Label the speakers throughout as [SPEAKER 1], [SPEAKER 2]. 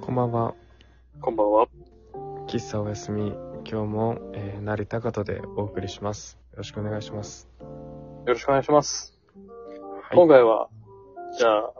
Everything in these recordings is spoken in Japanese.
[SPEAKER 1] こんばんは。
[SPEAKER 2] こんばんは。
[SPEAKER 1] 喫茶おやすみ。今日も、えー、成田方でお送りします。よろしくお願いします。
[SPEAKER 2] よろしくお願いします。
[SPEAKER 1] はい
[SPEAKER 2] 今回は、じゃあ、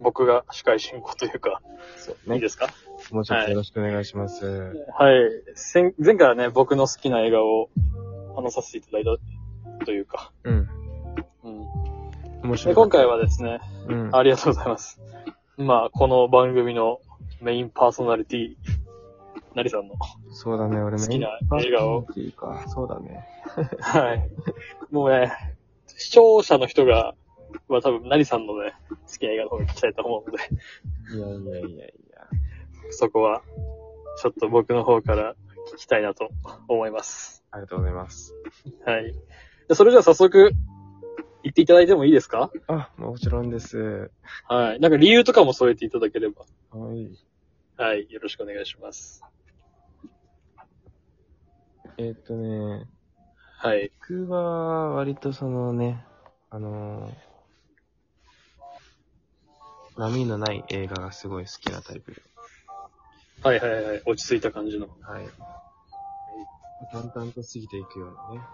[SPEAKER 2] 僕が司会進行というか、
[SPEAKER 1] そう
[SPEAKER 2] いい
[SPEAKER 1] ね
[SPEAKER 2] で。すか
[SPEAKER 1] もうちょっとよろしくお願いします。
[SPEAKER 2] はい。先前回はね、僕の好きな映画を話させていただいたというか、
[SPEAKER 1] うん。
[SPEAKER 2] うん、
[SPEAKER 1] 面白
[SPEAKER 2] で
[SPEAKER 1] い。
[SPEAKER 2] 今回はですね、
[SPEAKER 1] うん。
[SPEAKER 2] ありがとうございます。まあ、この番組のメインパーソナリティ、なりさんの
[SPEAKER 1] そうだね、俺
[SPEAKER 2] 好
[SPEAKER 1] ね。
[SPEAKER 2] きな映画を、
[SPEAKER 1] いいか。そうだね。
[SPEAKER 2] はい。もうね、視聴者の人が、は多分、なりさんのね、好きな映画の方が聞きたいと思うので、
[SPEAKER 1] いやいやいやいや。
[SPEAKER 2] そこは、ちょっと僕の方から聞きたいなと思います。
[SPEAKER 1] ありがとうございます。
[SPEAKER 2] はい。でそれじゃあ早速、言っていただいてもいいですか
[SPEAKER 1] あ、もちろんです。
[SPEAKER 2] はい。なんか理由とかも添えていただければ。
[SPEAKER 1] はい。
[SPEAKER 2] はい。よろしくお願いします。
[SPEAKER 1] えーっとね、
[SPEAKER 2] はい。
[SPEAKER 1] 僕は割とそのね、あのー波のない映画がすごい好きなタイプで。
[SPEAKER 2] はいはいはい。落ち着いた感じの。
[SPEAKER 1] はい。淡々と過ぎていくようなね。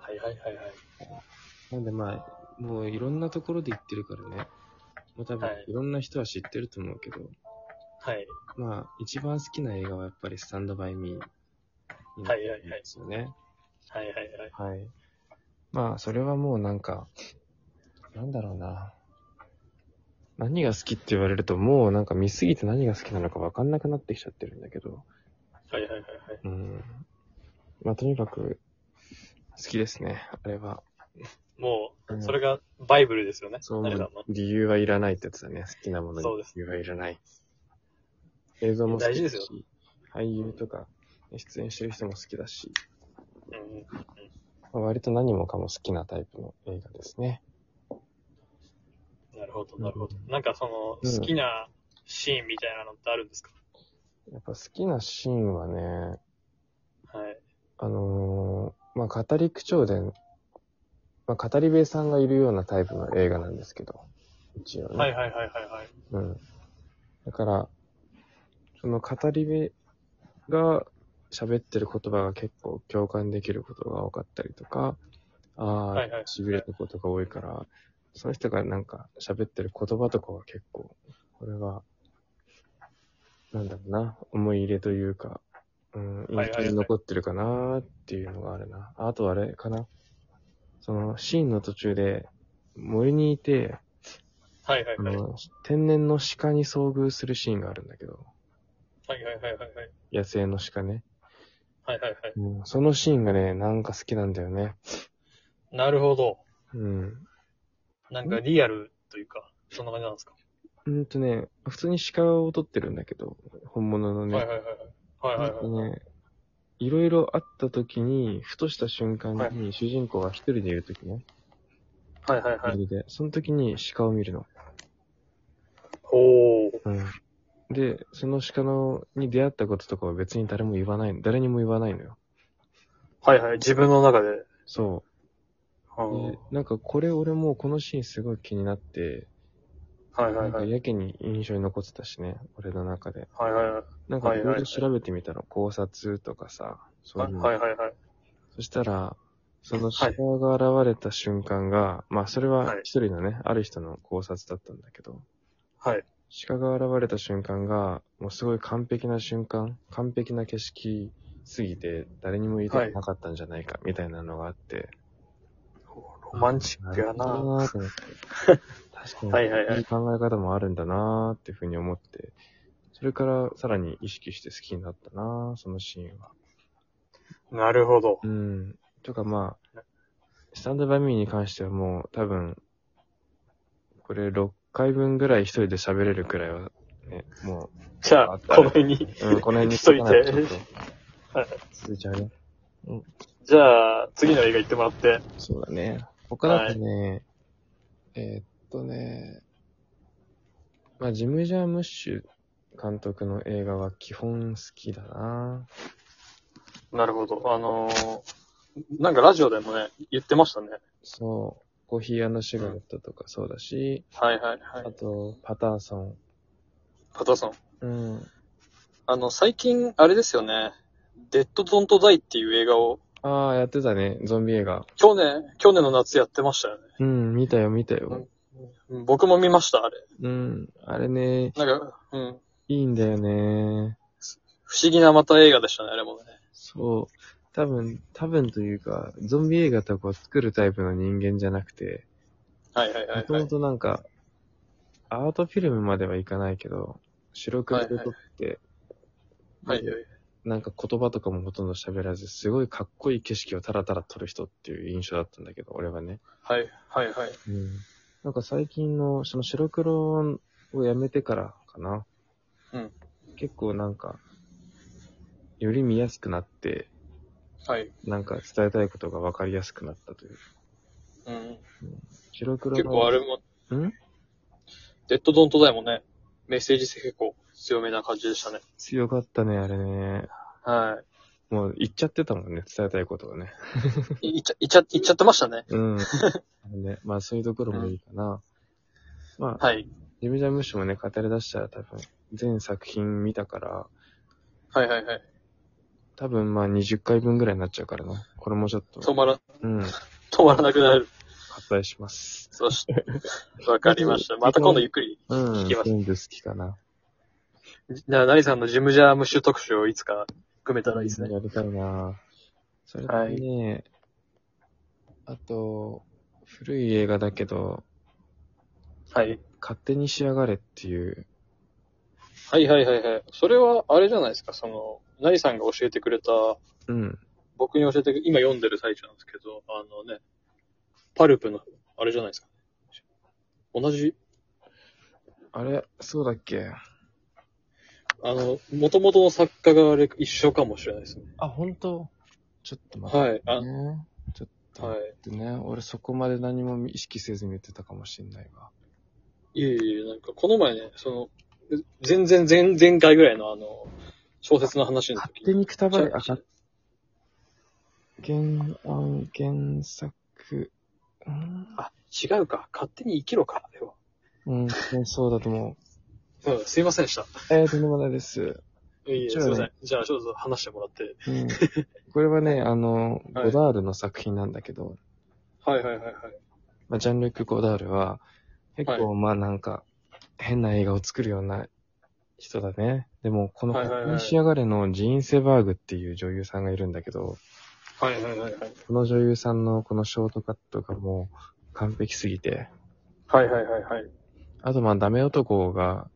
[SPEAKER 2] はいはいはいはい。
[SPEAKER 1] なんでまあ、もういろんなところで言ってるからね。もう多分
[SPEAKER 2] はい
[SPEAKER 1] いろんな人は知ってると思うけど、
[SPEAKER 2] はい。
[SPEAKER 1] まあ一番好きな映画はやっぱりスタンドバイミーにな
[SPEAKER 2] は
[SPEAKER 1] る
[SPEAKER 2] いはい
[SPEAKER 1] ん
[SPEAKER 2] はい
[SPEAKER 1] で。すよね。
[SPEAKER 2] はいはいはい。
[SPEAKER 1] はい。まあ、それはもうなんか、なんだろうな。何が好きって言われると、もうなんか見すぎて何が好きなのか分かんなくなってきちゃってるんだけど。
[SPEAKER 2] はいはいはいはい。
[SPEAKER 1] うん。まあ、とにかく、好きですね、あれは。
[SPEAKER 2] も
[SPEAKER 1] う、
[SPEAKER 2] うんそれがバイブルですよね。
[SPEAKER 1] そう
[SPEAKER 2] な
[SPEAKER 1] 思
[SPEAKER 2] りさん
[SPEAKER 1] う。理由はいらないってやつだね。好きなもの
[SPEAKER 2] そう
[SPEAKER 1] に
[SPEAKER 2] です
[SPEAKER 1] 理由はいらない。映像も好きだし
[SPEAKER 2] 大事ですよ
[SPEAKER 1] 俳優とか、出演してる人も好きだし、
[SPEAKER 2] のうんうん。
[SPEAKER 1] まあ割と何もかも好きなタイプの映画ですね。
[SPEAKER 2] なるほど、なるほど。なんかその、好きなシーンみたいなのってあるんですか
[SPEAKER 1] やっぱ好きなシーンはね、
[SPEAKER 2] はい。
[SPEAKER 1] あのーまあ、語り口調で、まあ、語り部さんがいるようなタイプの映画なんですけど、一応ね。
[SPEAKER 2] はいはいはいはいはい。
[SPEAKER 1] うん。だから、その語り部が喋ってる言葉が結構共感できることが多かったりとか、ああ、
[SPEAKER 2] はいはい
[SPEAKER 1] 痺れたことが多いから、その人がなんか喋ってる言葉とかは結構、これは、なんだろうな、思い入れというか、うん、
[SPEAKER 2] はいはい
[SPEAKER 1] 印象に残ってるかなっていうのがあるな。あとあれかな。そのシーンの途中で森にいて、
[SPEAKER 2] はいはい
[SPEAKER 1] あ
[SPEAKER 2] はい。
[SPEAKER 1] の、天然の鹿に遭遇するシーンがあるんだけど、
[SPEAKER 2] はいはいはいはいはい。
[SPEAKER 1] 野生の鹿ね。
[SPEAKER 2] はいはいはい。
[SPEAKER 1] うん、そのシーンがね、なんか好きなんだよね。
[SPEAKER 2] なるほど。
[SPEAKER 1] うん。
[SPEAKER 2] なんかリアルというか、そんな感じなんですか。
[SPEAKER 1] うんとね、普通に鹿を撮ってるんだけど、本物のね。
[SPEAKER 2] はいはいはいはい。はいはいはい。
[SPEAKER 1] なんかね、いろいろあった時に、ふとした瞬間に主人公が一人でいる時ね、
[SPEAKER 2] はいはいはい。
[SPEAKER 1] い、で、その時に鹿を見るの。
[SPEAKER 2] おー。
[SPEAKER 1] うん。で、その鹿のに出会ったこととかは別に誰も言わない、誰にも言わないのよ。
[SPEAKER 2] はいはい。自分の中で。
[SPEAKER 1] そう。
[SPEAKER 2] うん
[SPEAKER 1] でなんかこれ俺もうこのシーンすごい気になって、
[SPEAKER 2] はいは
[SPEAKER 1] ないんか
[SPEAKER 2] はい。
[SPEAKER 1] やけに印象に残ってたしね、俺の中で。
[SPEAKER 2] はいはいはい。
[SPEAKER 1] なんか
[SPEAKER 2] はい
[SPEAKER 1] い
[SPEAKER 2] はい
[SPEAKER 1] ろ
[SPEAKER 2] はい
[SPEAKER 1] いろ調べてみたの、考察とかさ、そういうの
[SPEAKER 2] はいはいはい。
[SPEAKER 1] そしたら、その
[SPEAKER 2] はい
[SPEAKER 1] 鹿が現れた瞬間が、まあそれは
[SPEAKER 2] はい
[SPEAKER 1] 一人のね、ある人の考察だったんだけど、
[SPEAKER 2] はい。
[SPEAKER 1] 鹿が現れた瞬間が、もうすごい完璧な瞬間、完璧な景色すぎて、誰にも言いたくなかったんじゃないか、みたいなのがあって、
[SPEAKER 2] ロマンチックやな
[SPEAKER 1] るほどなと思って確かに、
[SPEAKER 2] はいはいはい
[SPEAKER 1] い考え方もあるんだなーっていうふうに思って、それからさらに意識して好きになったなーそのシーンは。
[SPEAKER 2] なるほど
[SPEAKER 1] う。ん。とかまあ、スタンドバイミーに関してはもう多分、これ6回分ぐらい一人で喋れるくらいは、ね、も
[SPEAKER 2] じゃあ、この辺に。
[SPEAKER 1] う、うん、この辺に
[SPEAKER 2] しといて
[SPEAKER 1] ないちょっと
[SPEAKER 2] はい
[SPEAKER 1] 続いちゃうね。
[SPEAKER 2] じゃあ、次の映画行ってもらって。
[SPEAKER 1] そうだね。他だとね、えーっとね、まあ、ジム・ジャームッシュ監督の映画は基本好きだな。
[SPEAKER 2] なるほど。あのー、なんかラジオでもね、言ってましたね。
[SPEAKER 1] そう。コーヒーシガレットとかそうだし、
[SPEAKER 2] はいはいは
[SPEAKER 1] あ
[SPEAKER 2] い。
[SPEAKER 1] と、パターソン、
[SPEAKER 2] パターソン。
[SPEAKER 1] うん。
[SPEAKER 2] あの、最近、あれですよね。デッド・ドント・ダイっていう映画を、
[SPEAKER 1] ああ、やってたね、ゾンビ映画。
[SPEAKER 2] 去年、去年の夏やってましたよね。
[SPEAKER 1] うん、見たよ、見たよ。
[SPEAKER 2] うん僕も見ました、あれ。
[SPEAKER 1] うん、あれね、
[SPEAKER 2] なんか、うん。
[SPEAKER 1] いいんだよね。
[SPEAKER 2] 不思議なまた映画でしたね、あれもね。
[SPEAKER 1] そう。多分、多分というか、ゾンビ映画とかを作るタイプの人間じゃなくて、
[SPEAKER 2] はいはいは
[SPEAKER 1] も
[SPEAKER 2] い、
[SPEAKER 1] と
[SPEAKER 2] は
[SPEAKER 1] も
[SPEAKER 2] い。
[SPEAKER 1] となんか、アートフィルムまではいかないけど、白黒で撮って、
[SPEAKER 2] はいはい。
[SPEAKER 1] なんか言葉とかもほとんど喋らず、すごいかっこいい景色をたらたら撮る人っていう印象だったんだけど、俺はね。
[SPEAKER 2] はいはいはい。
[SPEAKER 1] うん。なんか最近の、その白黒をやめてからかな。
[SPEAKER 2] うん。
[SPEAKER 1] 結構なんか、より見やすくなって、
[SPEAKER 2] はい。
[SPEAKER 1] なんか伝えたいことが分かりやすくなったという。
[SPEAKER 2] うん。
[SPEAKER 1] 白黒の。
[SPEAKER 2] 結構あれも、
[SPEAKER 1] うん
[SPEAKER 2] デッド・ドント・ダイもね、メッセージ性結構強めな感じでしたね。
[SPEAKER 1] 強かったね、あれね。
[SPEAKER 2] は
[SPEAKER 1] もう言っちゃってたもんね、伝えたいことをね。
[SPEAKER 2] い。いいっちゃ、いっちゃ、いっちゃってましたね。
[SPEAKER 1] うん。 ね、まあそういうところもいいかな。まあ、
[SPEAKER 2] はい。
[SPEAKER 1] ジェミジャムッシュもね、語り出したら多分、全作品見たから、
[SPEAKER 2] はいはいはい。
[SPEAKER 1] 多分まあ20回分ぐらいになっちゃうからな。これもちょっと、
[SPEAKER 2] 止まら、
[SPEAKER 1] うん、
[SPEAKER 2] 止まらなくなる。
[SPEAKER 1] 割愛します。
[SPEAKER 2] そして、わかりました。また今度ゆっくり。
[SPEAKER 1] うん、
[SPEAKER 2] 聞きます
[SPEAKER 1] 全部好きかな。
[SPEAKER 2] じゃあ、ナリさんのジムジャームッシュ特集をいつか組めたらいいですね。
[SPEAKER 1] やりたいなそれとね、あと、古い映画だけど、
[SPEAKER 2] はい。
[SPEAKER 1] 勝手に仕上がれっていう、
[SPEAKER 2] はいはいはいはい。それは、あれじゃないですか、その、ナリさんが教えてくれた、
[SPEAKER 1] うん、
[SPEAKER 2] 僕に教えて、今読んでる最中なんですけど、あのね、パルプの、あれじゃないですか。同じ、
[SPEAKER 1] あれ、そうだっけ
[SPEAKER 2] あの、元々の作家があれ、一緒かもしれないですね。
[SPEAKER 1] あ、本当ちょっと待っ
[SPEAKER 2] はい。あ
[SPEAKER 1] てね。ちょっと
[SPEAKER 2] は
[SPEAKER 1] 待ってね、俺そこまで何も意識せずに言ってたかもしんないわ。
[SPEAKER 2] い。いえいえ、なんか、この前ね、その、全然、前前回ぐらいのあの、小説の話の
[SPEAKER 1] 勝
[SPEAKER 2] 時
[SPEAKER 1] 手にくたばれ、あ、
[SPEAKER 2] ちょ
[SPEAKER 1] 勝原案、原作、うん、
[SPEAKER 2] あ、違うか。勝手に生きろか。では。
[SPEAKER 1] うん、そうだと思う。
[SPEAKER 2] うん、すいませんでした。
[SPEAKER 1] えー、とんでもないです。
[SPEAKER 2] いえいえ、
[SPEAKER 1] ち
[SPEAKER 2] す
[SPEAKER 1] ょいね
[SPEAKER 2] いません。じゃあ、ちょっと話してもらって。
[SPEAKER 1] うんこれはね、あの、
[SPEAKER 2] はい
[SPEAKER 1] ゴダールの作品なんだけど、
[SPEAKER 2] はいはいはいはい。
[SPEAKER 1] まあ、ジャンルック・ゴダールは、結構、まあなんか、変な映画を作るような人だね。でも、この、
[SPEAKER 2] はいはいはい
[SPEAKER 1] ここに仕上がれのジーン・セバーグっていう女優さんがいるんだけど、
[SPEAKER 2] はいはいはいはい。
[SPEAKER 1] この女優さんのこのショートカットがもう完璧すぎて、
[SPEAKER 2] はいはいはいはい。
[SPEAKER 1] あとまあダメ男が、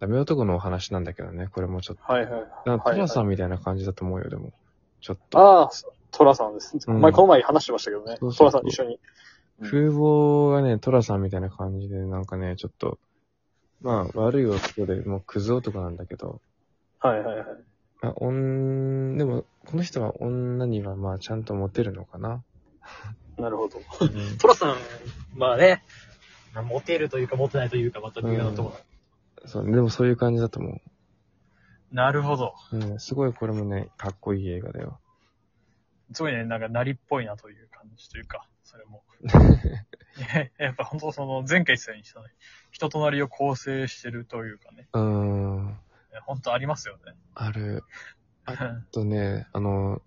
[SPEAKER 1] ダメ男のお話なんだけどね、これもちょっと。
[SPEAKER 2] はいはいはい。
[SPEAKER 1] なんか、トラさ
[SPEAKER 2] ん。
[SPEAKER 1] んみたいな感じだと思うよ、でも。ちょっと。
[SPEAKER 2] ああ、トラさんです。
[SPEAKER 1] うん
[SPEAKER 2] 前、この前話してましたけどね。
[SPEAKER 1] そう
[SPEAKER 2] ト
[SPEAKER 1] そうそう
[SPEAKER 2] ラさん一緒に。
[SPEAKER 1] 風貌がね、トラさんみたいな感じで、なんかね、ちょっと、まあ、悪い男で、もうクズ男なんだけど、
[SPEAKER 2] はいはいはい。
[SPEAKER 1] あ、おん、でも、この人は女には、まあ、ちゃんとモテるのかな。
[SPEAKER 2] なるほど。
[SPEAKER 1] うん
[SPEAKER 2] トラさん、まあね、モテるというかモテないというか、また微妙なところ。
[SPEAKER 1] そう、でもそういう感じだと思
[SPEAKER 2] なるほど。
[SPEAKER 1] う。うん、すごいこれもね、かっこいい映画だよ。
[SPEAKER 2] すごいね、なんか、なりっぽいなという感じというか、それ も。やっぱ本当その、前回言ってたようにその、人となりを構成してるというかね、
[SPEAKER 1] うーん、
[SPEAKER 2] 本当ありますよね。
[SPEAKER 1] ある。あ
[SPEAKER 2] は
[SPEAKER 1] とね、あの
[SPEAKER 2] はい、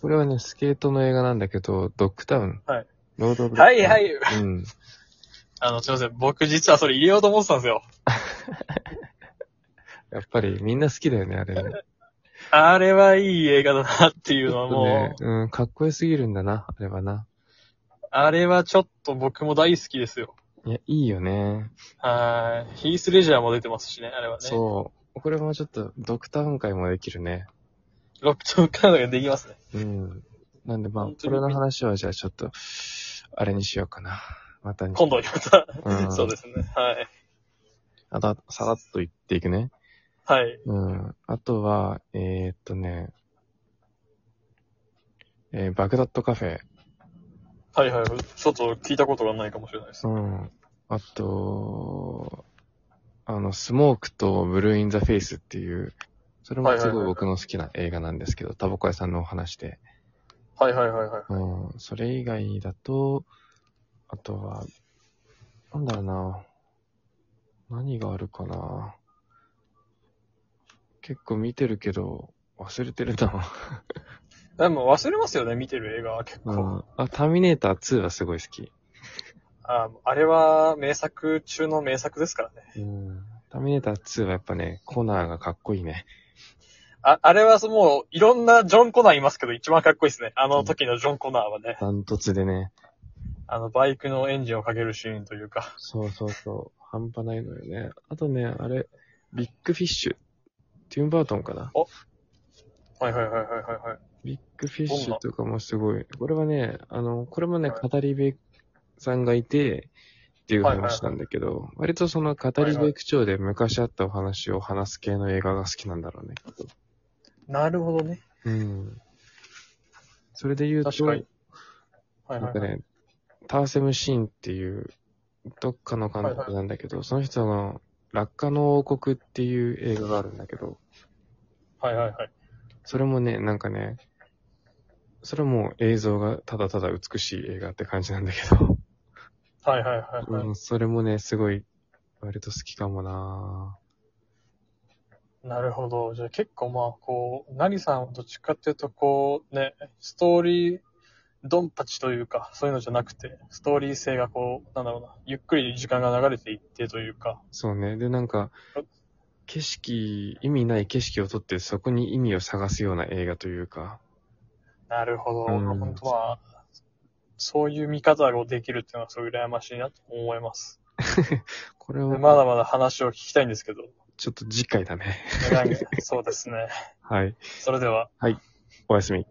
[SPEAKER 1] これはね、スケートの映画なんだけど、ドッグタウン。
[SPEAKER 2] はい。
[SPEAKER 1] ロードオブ。
[SPEAKER 2] い はいい。
[SPEAKER 1] うん。
[SPEAKER 2] あの、すいません。僕実はそれ入れようと思ってたんですよ。
[SPEAKER 1] やっぱり、みんな好きだよね、あれね。
[SPEAKER 2] あれはいい映画だなっていうのはもう、
[SPEAKER 1] ね、うん、かっこよすぎるんだな、あれはな。
[SPEAKER 2] あれはちょっと僕も大好きですよ。
[SPEAKER 1] いや、いいよね。
[SPEAKER 2] はい。ヒースレジャーも出てますしね、あれはね。う。
[SPEAKER 1] そう。これもちょっと、ドクターン会もできるね。
[SPEAKER 2] ロックトンカードができますね。
[SPEAKER 1] うん。なんでまあ、
[SPEAKER 2] 本
[SPEAKER 1] こ
[SPEAKER 2] 当に
[SPEAKER 1] れの話はじゃあちょっと、あれにしようかな。またに。
[SPEAKER 2] 今度にまた、
[SPEAKER 1] うん
[SPEAKER 2] そうですね。はい。
[SPEAKER 1] あと、さらっと言っていくね。
[SPEAKER 2] はい。
[SPEAKER 1] うん。あとは、えー、っとね、えーバグダッドカフェ。
[SPEAKER 2] はいはい。ちょっと聞いたことがないかもしれないです。
[SPEAKER 1] うん。あと、あの、スモークとブルーインザフェイスっていう、それもすごい僕の好きな映画なんですけど、タバコ屋さんのお話で。
[SPEAKER 2] はいはいはいはい。
[SPEAKER 1] うん、それ以外だと、あとは、なんだろうな。何があるかな結構見てるけど、忘れてるな。
[SPEAKER 2] でも忘れますよね、見てる映画は結構。
[SPEAKER 1] うんあ、ターミネーター2はすごい好き。
[SPEAKER 2] ああれは名作中の名作ですからね。
[SPEAKER 1] うん。ターミネーター2はやっぱね、コナーがかっこいいね。
[SPEAKER 2] ああれはそもう、いろんなジョン・コナーいますけど、一番かっこいいですね。あの時のジョン・コナーはね、
[SPEAKER 1] ダントツでね。
[SPEAKER 2] あのバイクのエンジンをかけるシーンというか。
[SPEAKER 1] そうそうそう。半端ないのよね。あとね、あれ、ビッグフィッシュ。ティムバートンかな。
[SPEAKER 2] はいはいはいはいはいはい。
[SPEAKER 1] ビッグフィッシュとかもすごい。これはね、あの、これもね、
[SPEAKER 2] はい
[SPEAKER 1] 語り部さんがいて、っていう話なんだけど、割とその語り部口調で昔あったお話を話す系の映画が好きなんだろうね。きっと
[SPEAKER 2] なるほどね。
[SPEAKER 1] うん。それで言うと、
[SPEAKER 2] 確かに。はい
[SPEAKER 1] な
[SPEAKER 2] は
[SPEAKER 1] ん
[SPEAKER 2] い
[SPEAKER 1] か
[SPEAKER 2] はい。
[SPEAKER 1] ね、ターセムシーンっていう、どっかの監督なんだけど、その人の、落下の王国っていう映画があるんだけど、
[SPEAKER 2] はいはいはい。
[SPEAKER 1] それもね、なんかね、それも映像がただただ美しい映画って感じなんだけど、
[SPEAKER 2] はいはいはいはい。
[SPEAKER 1] うん、それもね、すごい、割と好きかもな
[SPEAKER 2] なるほど。じゃあ結構まあ、こう、なりさんはどっちかっていうと、こう、ね、ストーリー、ドンパチというか、そういうのじゃなくて、ストーリー性がこう、なんだろうな、ゆっくり時間が流れていってというか、
[SPEAKER 1] そうね。で、なんか
[SPEAKER 2] あ、
[SPEAKER 1] 景色、意味ない景色を撮って、そこに意味を探すような映画というか、
[SPEAKER 2] なるほど。
[SPEAKER 1] うん
[SPEAKER 2] 本当まあ、そういう見方ができるっていうのはすごい羨ましいなと思います。
[SPEAKER 1] これ
[SPEAKER 2] で
[SPEAKER 1] を、
[SPEAKER 2] まだまだ話を聞きたいんですけど、
[SPEAKER 1] ちょっと次回だね。
[SPEAKER 2] なんかそうですね。
[SPEAKER 1] はい。
[SPEAKER 2] それでは。
[SPEAKER 1] おやすみ。